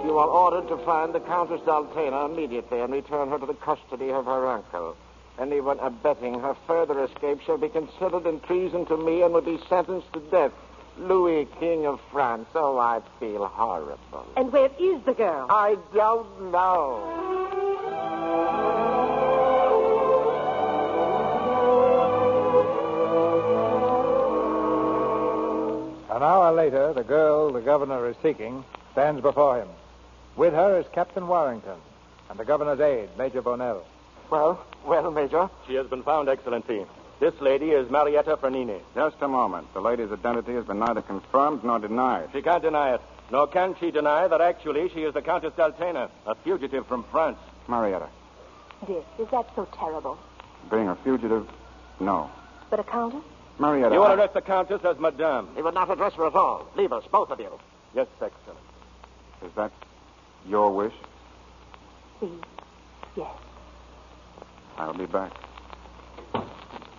Speaker 12: You are ordered to find the Countess d'Altena immediately and return her to the custody of her uncle. Anyone abetting her further escape shall be considered in treason to me and will be sentenced to death. Louis, King of France. Oh, I feel horrible.
Speaker 13: And where is the girl?
Speaker 12: I don't know.
Speaker 1: An hour later, the girl the governor is seeking stands before him. With her is Captain Warrington and the governor's aide, Major Bonnell.
Speaker 12: Well, well, Major.
Speaker 15: She has been found, Excellency. This lady is Marietta Fernini.
Speaker 10: Just a moment. The lady's identity has been neither confirmed nor denied.
Speaker 15: She can't deny it, nor can she deny that actually she is the Countess d'Altena, a fugitive from France.
Speaker 10: Marietta,
Speaker 2: Dick, is that so terrible?
Speaker 10: being a fugitive, no.
Speaker 2: But a countess?
Speaker 10: Marietta.
Speaker 15: You will arrest the Countess as Madame.
Speaker 12: He would not address her at all. Leave us, both of you.
Speaker 15: Yes, Excellency.
Speaker 10: Is that your wish?
Speaker 2: Please. Yes.
Speaker 10: I'll be back.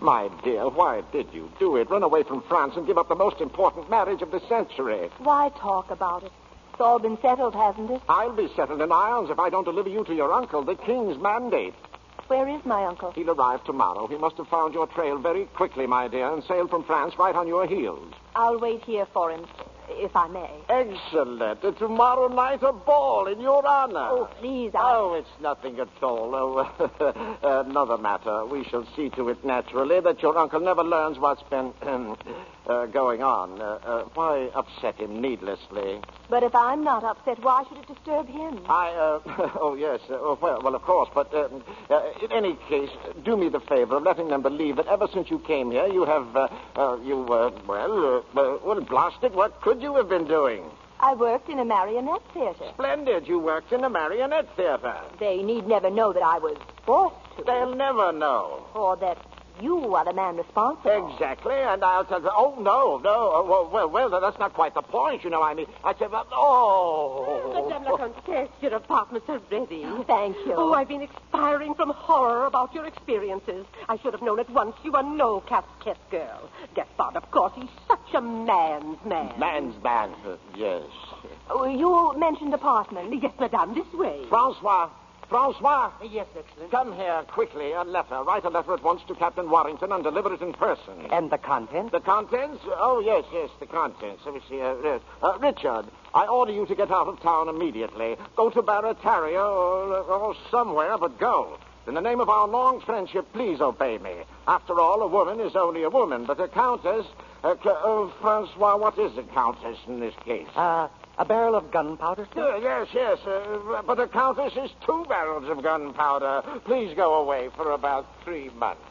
Speaker 12: My dear, why did you do it? Run away from France and give up the most important marriage of the century.
Speaker 2: Why talk about it? It's all been settled, hasn't it?
Speaker 12: I'll be settled in irons if I don't deliver you to your uncle, the king's mandate.
Speaker 2: Where is my uncle?
Speaker 12: He'll arrive tomorrow. He must have found your trail very quickly, my dear, and sailed from France right on your heels.
Speaker 2: I'll wait here for him, if I may.
Speaker 12: Excellent. Uh, Tomorrow night, a ball in your honor.
Speaker 2: Oh, please, I...
Speaker 12: Oh, it's nothing at all. Oh, another matter. We shall see to it naturally that your uncle never learns what's been uh, going on. Uh, uh, why upset him needlessly?
Speaker 2: But if I'm not upset, why should it disturb him?
Speaker 12: I, uh, oh, yes, uh, oh, well, well, of course, but um, uh, in any case, do me the favor of letting them believe that ever since you came here, you have, uh, uh, you, uh, well, uh, uh, well, blasted, what could you have been doing?
Speaker 2: I worked in a marionette theater.
Speaker 12: Splendid, you worked in a marionette theater.
Speaker 2: They need never know that I was forced to.
Speaker 12: They'll never know.
Speaker 2: Or that you are the man responsible.
Speaker 12: Exactly, and I'll tell them, oh, no, no, oh, well, well, well, that's not quite the point, you know, I mean, I said, well,
Speaker 13: Madame
Speaker 12: oh.
Speaker 13: la Comtesse, your apartment's are ready.
Speaker 2: Thank you.
Speaker 13: Oh, I've been expiring from horror about your experiences. I should have known at once you are no casket girl. Gaspard, of course, he's such a man's man.
Speaker 12: Man's man, uh, yes.
Speaker 2: Oh, you mentioned apartment.
Speaker 13: Yes, Madame, this way.
Speaker 12: Francois, Francois,
Speaker 13: Yes, Excellency.
Speaker 12: come here quickly, a letter. Write a letter at once to Captain Warrington and deliver it in person.
Speaker 16: And the contents?
Speaker 12: The contents? Oh, yes, yes, the contents. Let me see. Uh, yes. uh, Richard, I order you to get out of town immediately. Go to Barataria or, or somewhere, but go. In the name of our long friendship, please obey me. After all, a woman is only a woman, but a countess. Uh, cl- oh, Francois, what is a countess in this case?
Speaker 16: Uh, a barrel of gunpowder, sir?
Speaker 12: Uh, yes, yes, uh, but a countess is two barrels of gunpowder. Please go away for about three months.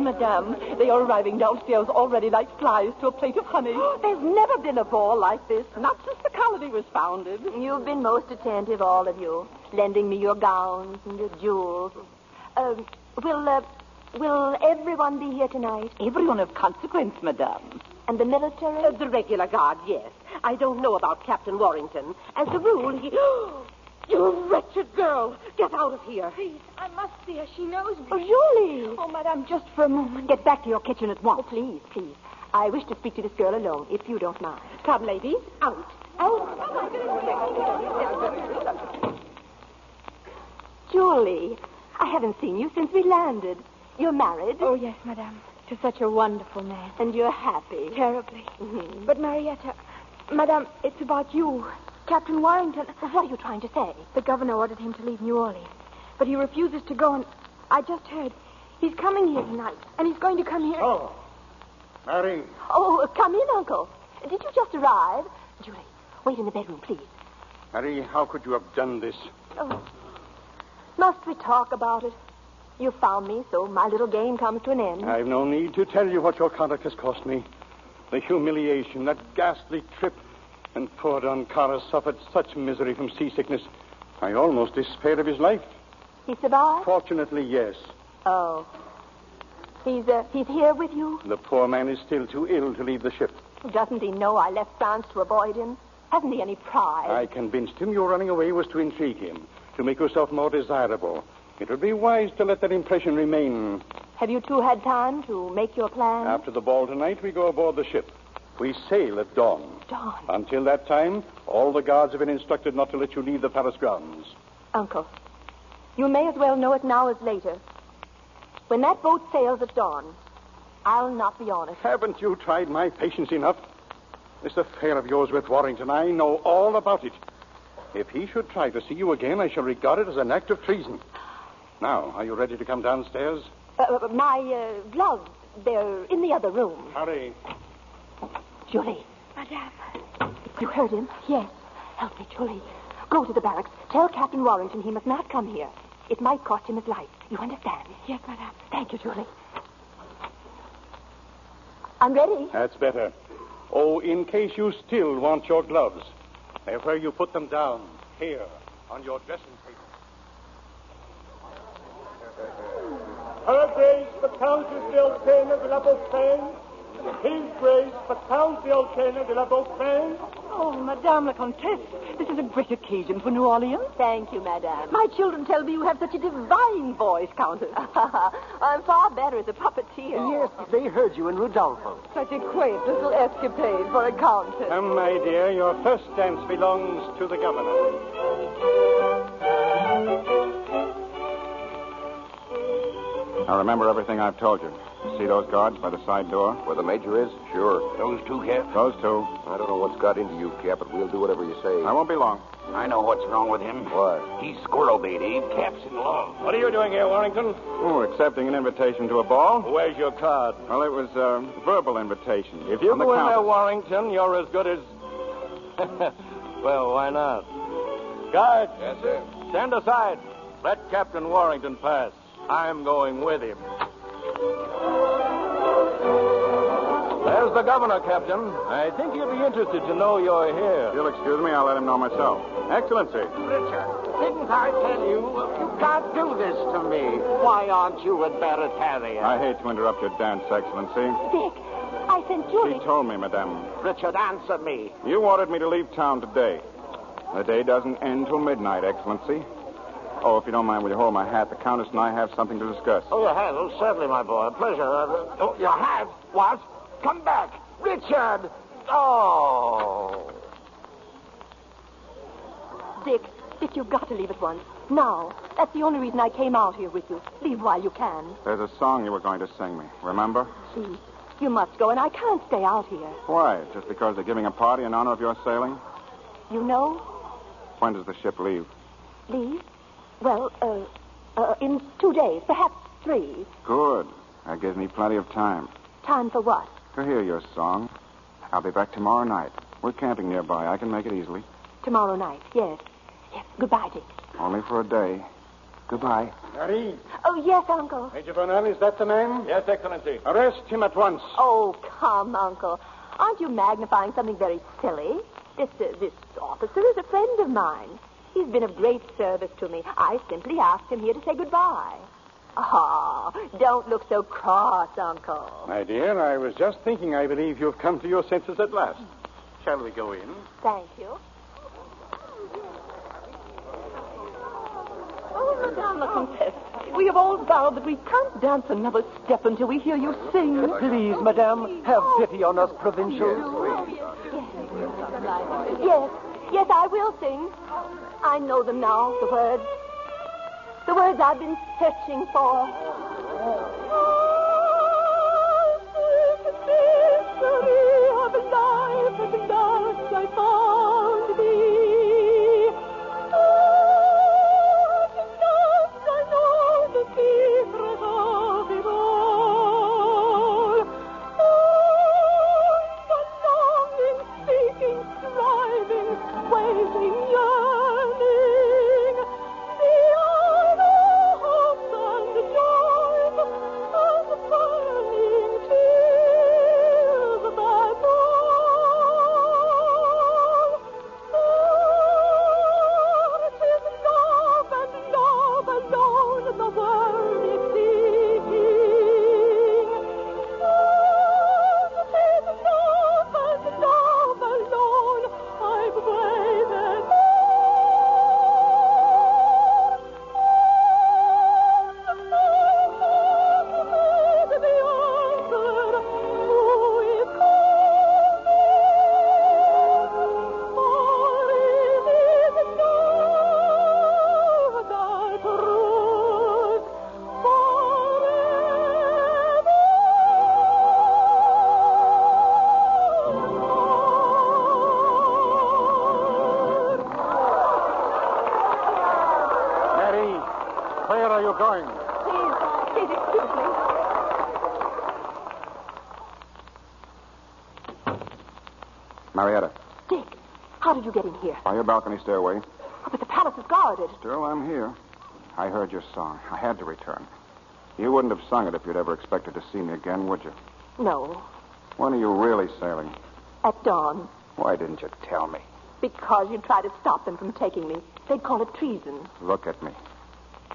Speaker 13: Madame, they are arriving downstairs already like flies to a plate of honey.
Speaker 2: There's never been a ball like this.
Speaker 13: Not since the count. colony was founded.
Speaker 2: You've been most attentive, all of you, lending me your gowns and your jewels. Um, will, uh, will everyone be here tonight?
Speaker 7: Everyone of consequence, madame.
Speaker 2: And the military?
Speaker 13: Uh, the regular guard, yes. I don't know about Captain Warrington. As a rule, he. You wretched girl! Get out of here!
Speaker 17: Please, I must see her. She knows me.
Speaker 2: Oh, Julie!
Speaker 17: Oh, madame, just for a moment.
Speaker 2: Get back to your kitchen at once. Oh, please, please. I wish to speak to this girl alone, if you don't mind.
Speaker 13: Come, ladies, out.
Speaker 17: Oh,
Speaker 2: Out. Julie, I haven't seen you since we landed. You're married?
Speaker 17: Oh, yes, madame. To such a wonderful man.
Speaker 2: And you're happy?
Speaker 17: Terribly. Mm-hmm. But, Marietta, madame, it's about you. Captain Warrington.
Speaker 2: What are you trying to say?
Speaker 17: The governor ordered him to leave New Orleans, but he refuses to go, and I just heard he's coming here tonight, and he's going to come here.
Speaker 3: Oh, Mary.
Speaker 2: Oh, come in, Uncle. Did you just arrive? Julie, wait in the bedroom, please.
Speaker 3: Mary, how could you have done this?
Speaker 2: Oh, must we talk about it? You found me, so my little game comes to an end.
Speaker 3: I've no need to tell you what your conduct has cost me. The humiliation, that ghastly trip. And poor Don Cara suffered such misery from seasickness, I almost despaired of his life.
Speaker 2: He survived?
Speaker 3: Fortunately, yes.
Speaker 2: Oh. He's, uh, he's here with you?
Speaker 3: The poor man is still too ill to leave the ship.
Speaker 2: Doesn't he know I left France to avoid him? Hasn't he any pride?
Speaker 3: I convinced him your running away was to intrigue him, to make yourself more desirable. It would be wise to let that impression remain.
Speaker 2: Have you two had time to make your plans?
Speaker 3: After the ball tonight, we go aboard the ship. We sail at dawn.
Speaker 2: Dawn?
Speaker 3: Until that time, all the guards have been instructed not to let you leave the palace grounds.
Speaker 2: Uncle, you may as well know it now as later. When that boat sails at dawn, I'll not be on it.
Speaker 3: Haven't you tried my patience enough? This affair of yours with Warrington, I know all about it. If he should try to see you again, I shall regard it as an act of treason. Now, are you ready to come downstairs?
Speaker 2: Uh, my uh, gloves, they're in the other room.
Speaker 3: Hurry.
Speaker 2: Julie.
Speaker 17: Madame.
Speaker 2: You heard him?
Speaker 17: Yes.
Speaker 2: Help me, Julie. Go to the barracks. Tell Captain Warrington he must not come here. It might cost him his life. You understand?
Speaker 17: Yes, Madame.
Speaker 2: Thank you, Julie. I'm ready.
Speaker 3: That's better. Oh, in case you still want your gloves, they're where you put them down. Here, on your dressing table.
Speaker 8: Her Grace, the Countess Delphine de la Beaufraine, his Grace, the Count de Altena de la Beaufraine.
Speaker 13: Oh, Madame la Comtesse, this is a great occasion for New Orleans.
Speaker 2: Thank you, Madame.
Speaker 13: My children tell me you have such a divine voice, Countess.
Speaker 2: I'm far better as a puppeteer.
Speaker 16: Yes, they heard you in Rodolfo.
Speaker 7: Such a quaint little escapade for a countess.
Speaker 3: Come, my dear, your first dance belongs to the governor.
Speaker 10: Now remember everything I've told you. See those guards by the side door?
Speaker 18: Where the major is?
Speaker 10: Sure.
Speaker 18: Those two here?
Speaker 10: Those two.
Speaker 18: I don't know what's got into you, Cap, but we'll do whatever you say.
Speaker 10: I won't be long.
Speaker 18: I know what's wrong with him.
Speaker 10: What?
Speaker 18: He's squirrel bait, Abe. Cap's in love.
Speaker 15: What are you doing here, Warrington?
Speaker 10: Oh, accepting an invitation to a ball.
Speaker 15: Where's your card?
Speaker 10: Well, it was uh, a verbal invitation.
Speaker 15: If you
Speaker 10: On the
Speaker 15: go in
Speaker 10: counter.
Speaker 15: there, Warrington, you're as good as. well, why not? Guards.
Speaker 18: Yes, sir.
Speaker 15: Stand aside. Let Captain Warrington pass. I'm going with him. There's the governor, Captain. I think he'll be interested to know you're here.
Speaker 10: If you'll excuse me, I'll let him know myself. Excellency.
Speaker 12: Richard, didn't I tell you? uh, You can't do this to me. Why aren't you at Barataria?
Speaker 10: I hate to interrupt your dance, Excellency.
Speaker 2: Dick, I sent Julie.
Speaker 10: She told me, Madame.
Speaker 12: Richard, answer me.
Speaker 10: You ordered me to leave town today. The day doesn't end till midnight, Excellency. Oh, if you don't mind, will you hold my hat? The Countess and I have something to discuss.
Speaker 12: Oh, your hat? Oh, certainly, my boy. A pleasure. Uh, oh, your hat? What? Come back. Richard. Oh.
Speaker 2: Dick, Dick, you've got to leave at once. Now. That's the only reason I came out here with you. Leave while you can.
Speaker 10: There's a song you were going to sing me, remember?
Speaker 2: Please, you must go, and I can't stay out here.
Speaker 10: Why? Just because they're giving a party in honor of your sailing?
Speaker 2: You know?
Speaker 10: When does the ship leave?
Speaker 2: Leave? Well, uh, uh, in two days, perhaps three.
Speaker 10: Good. That gives me plenty of time.
Speaker 2: Time for what?
Speaker 10: To hear your song. I'll be back tomorrow night. We're camping nearby. I can make it easily.
Speaker 2: Tomorrow night, yes. Yes. Goodbye, Dick.
Speaker 10: Only for a day. Goodbye.
Speaker 3: Marie.
Speaker 2: Oh, yes, Uncle.
Speaker 3: Major Bernal, is that the name?
Speaker 15: Yes, Excellency.
Speaker 3: Arrest him at once.
Speaker 2: Oh, come, Uncle. Aren't you magnifying something very silly? This, uh, this officer is a friend of mine. He's been of great service to me. I simply asked him here to say goodbye. Ah, don't look so cross, Uncle.
Speaker 6: My dear, I was just thinking I believe you've come to your senses at last. Shall we go in?
Speaker 2: Thank you.
Speaker 19: Oh, Madame la Comtesse, we have all vowed that we can't dance another step until we hear you sing.
Speaker 20: Please, madame, have pity on us provincials.
Speaker 2: Yes, yes, I will sing. I know them now, the words. The words I've been searching for.
Speaker 6: Mary, where are you going?
Speaker 2: Please, please excuse me.
Speaker 10: Marietta,
Speaker 2: Dick, how did you get in here?
Speaker 10: by your balcony stairway.
Speaker 2: Oh, but the palace is guarded.
Speaker 10: Still, I'm here. I heard your song. I had to return. You wouldn't have sung it if you'd ever expected to see me again, would you?
Speaker 2: No,
Speaker 10: When are you really sailing?
Speaker 2: at dawn,
Speaker 10: Why didn't you tell me?
Speaker 2: because you tried to stop them from taking me. They'd call it treason.
Speaker 10: Look at me.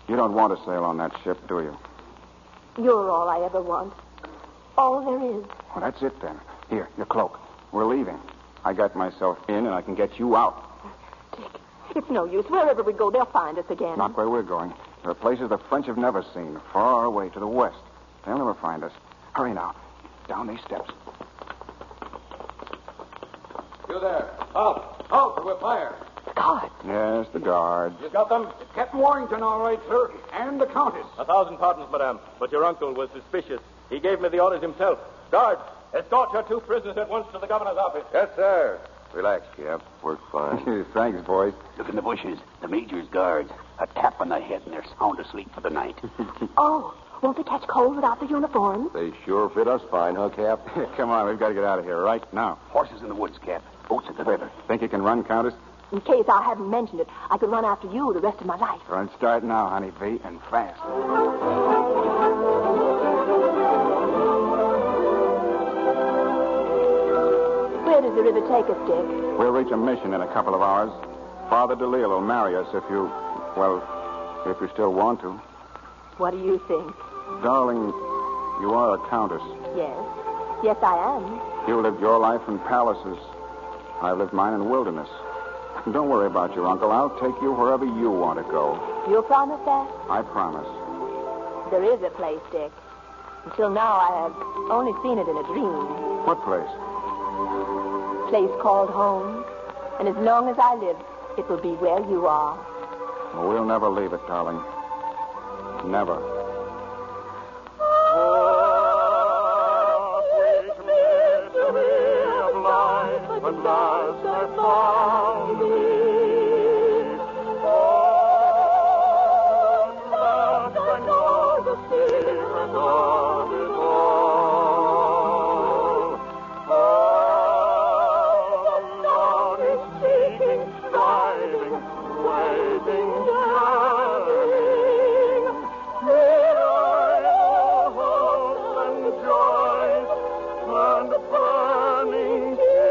Speaker 10: You don't want to sail on that ship, do you?
Speaker 2: You're all I ever want. All there is.
Speaker 10: Well, that's it then. Here, your cloak. We're leaving. I got myself in, and I can get you out.
Speaker 2: It's no use. Wherever we go, they'll find us again.
Speaker 10: Not where we're going. There are places the French have never seen, far away to the west. They'll never find us. Hurry now. Down these steps.
Speaker 21: You there. Halt. Halt, we're fired.
Speaker 2: God.
Speaker 10: Yes, the guard.
Speaker 21: You got them? It's Captain Warrington, all right, sir. And the Countess.
Speaker 15: A thousand pardons, madame, but your uncle was suspicious. He gave me the orders himself. Guards, escort your two prisoners at once to the governor's office.
Speaker 11: Yes, sir. Relax, Cap. Work fine.
Speaker 10: Thanks, boys.
Speaker 11: Look in the bushes. The major's guards. A tap on the head, and they're sound asleep for the night.
Speaker 2: Oh, won't they catch cold without the uniforms?
Speaker 10: They sure fit us fine, huh, Cap? Come on, we've got to get out of here right now.
Speaker 11: Horses in the woods, Cap. Boats at the river.
Speaker 10: Think you can run, Countess?
Speaker 2: In case I haven't mentioned it, I could run after you the rest of my life.
Speaker 10: Run, start now, honey bee, and fast.
Speaker 2: Where does the river take us, Dick?
Speaker 10: We'll reach a mission in a couple of hours. Father DeLille will marry us if you, well, if you still want to.
Speaker 2: What do you think?
Speaker 10: Darling, you are a countess.
Speaker 2: Yes. Yes, I am.
Speaker 10: You lived your life in palaces. I lived mine in wilderness. Don't worry about your uncle. I'll take you wherever you want to go.
Speaker 2: You promise that?
Speaker 10: I promise.
Speaker 2: There is a place, Dick. Until now, I have only seen it in a dream.
Speaker 10: What place?
Speaker 2: A place called home. And as long as I live, it will be where you are.
Speaker 10: Well, we'll never leave it, darling. Never.
Speaker 9: burning silver.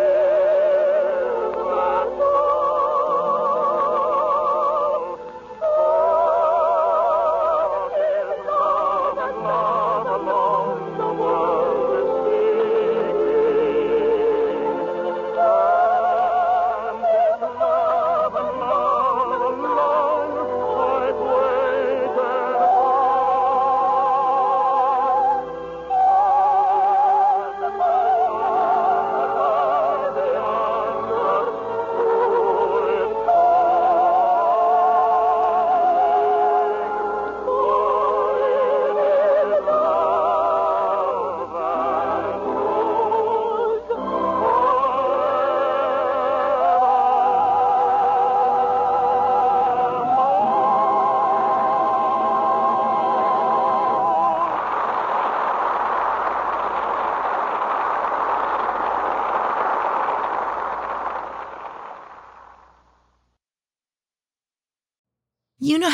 Speaker 22: You know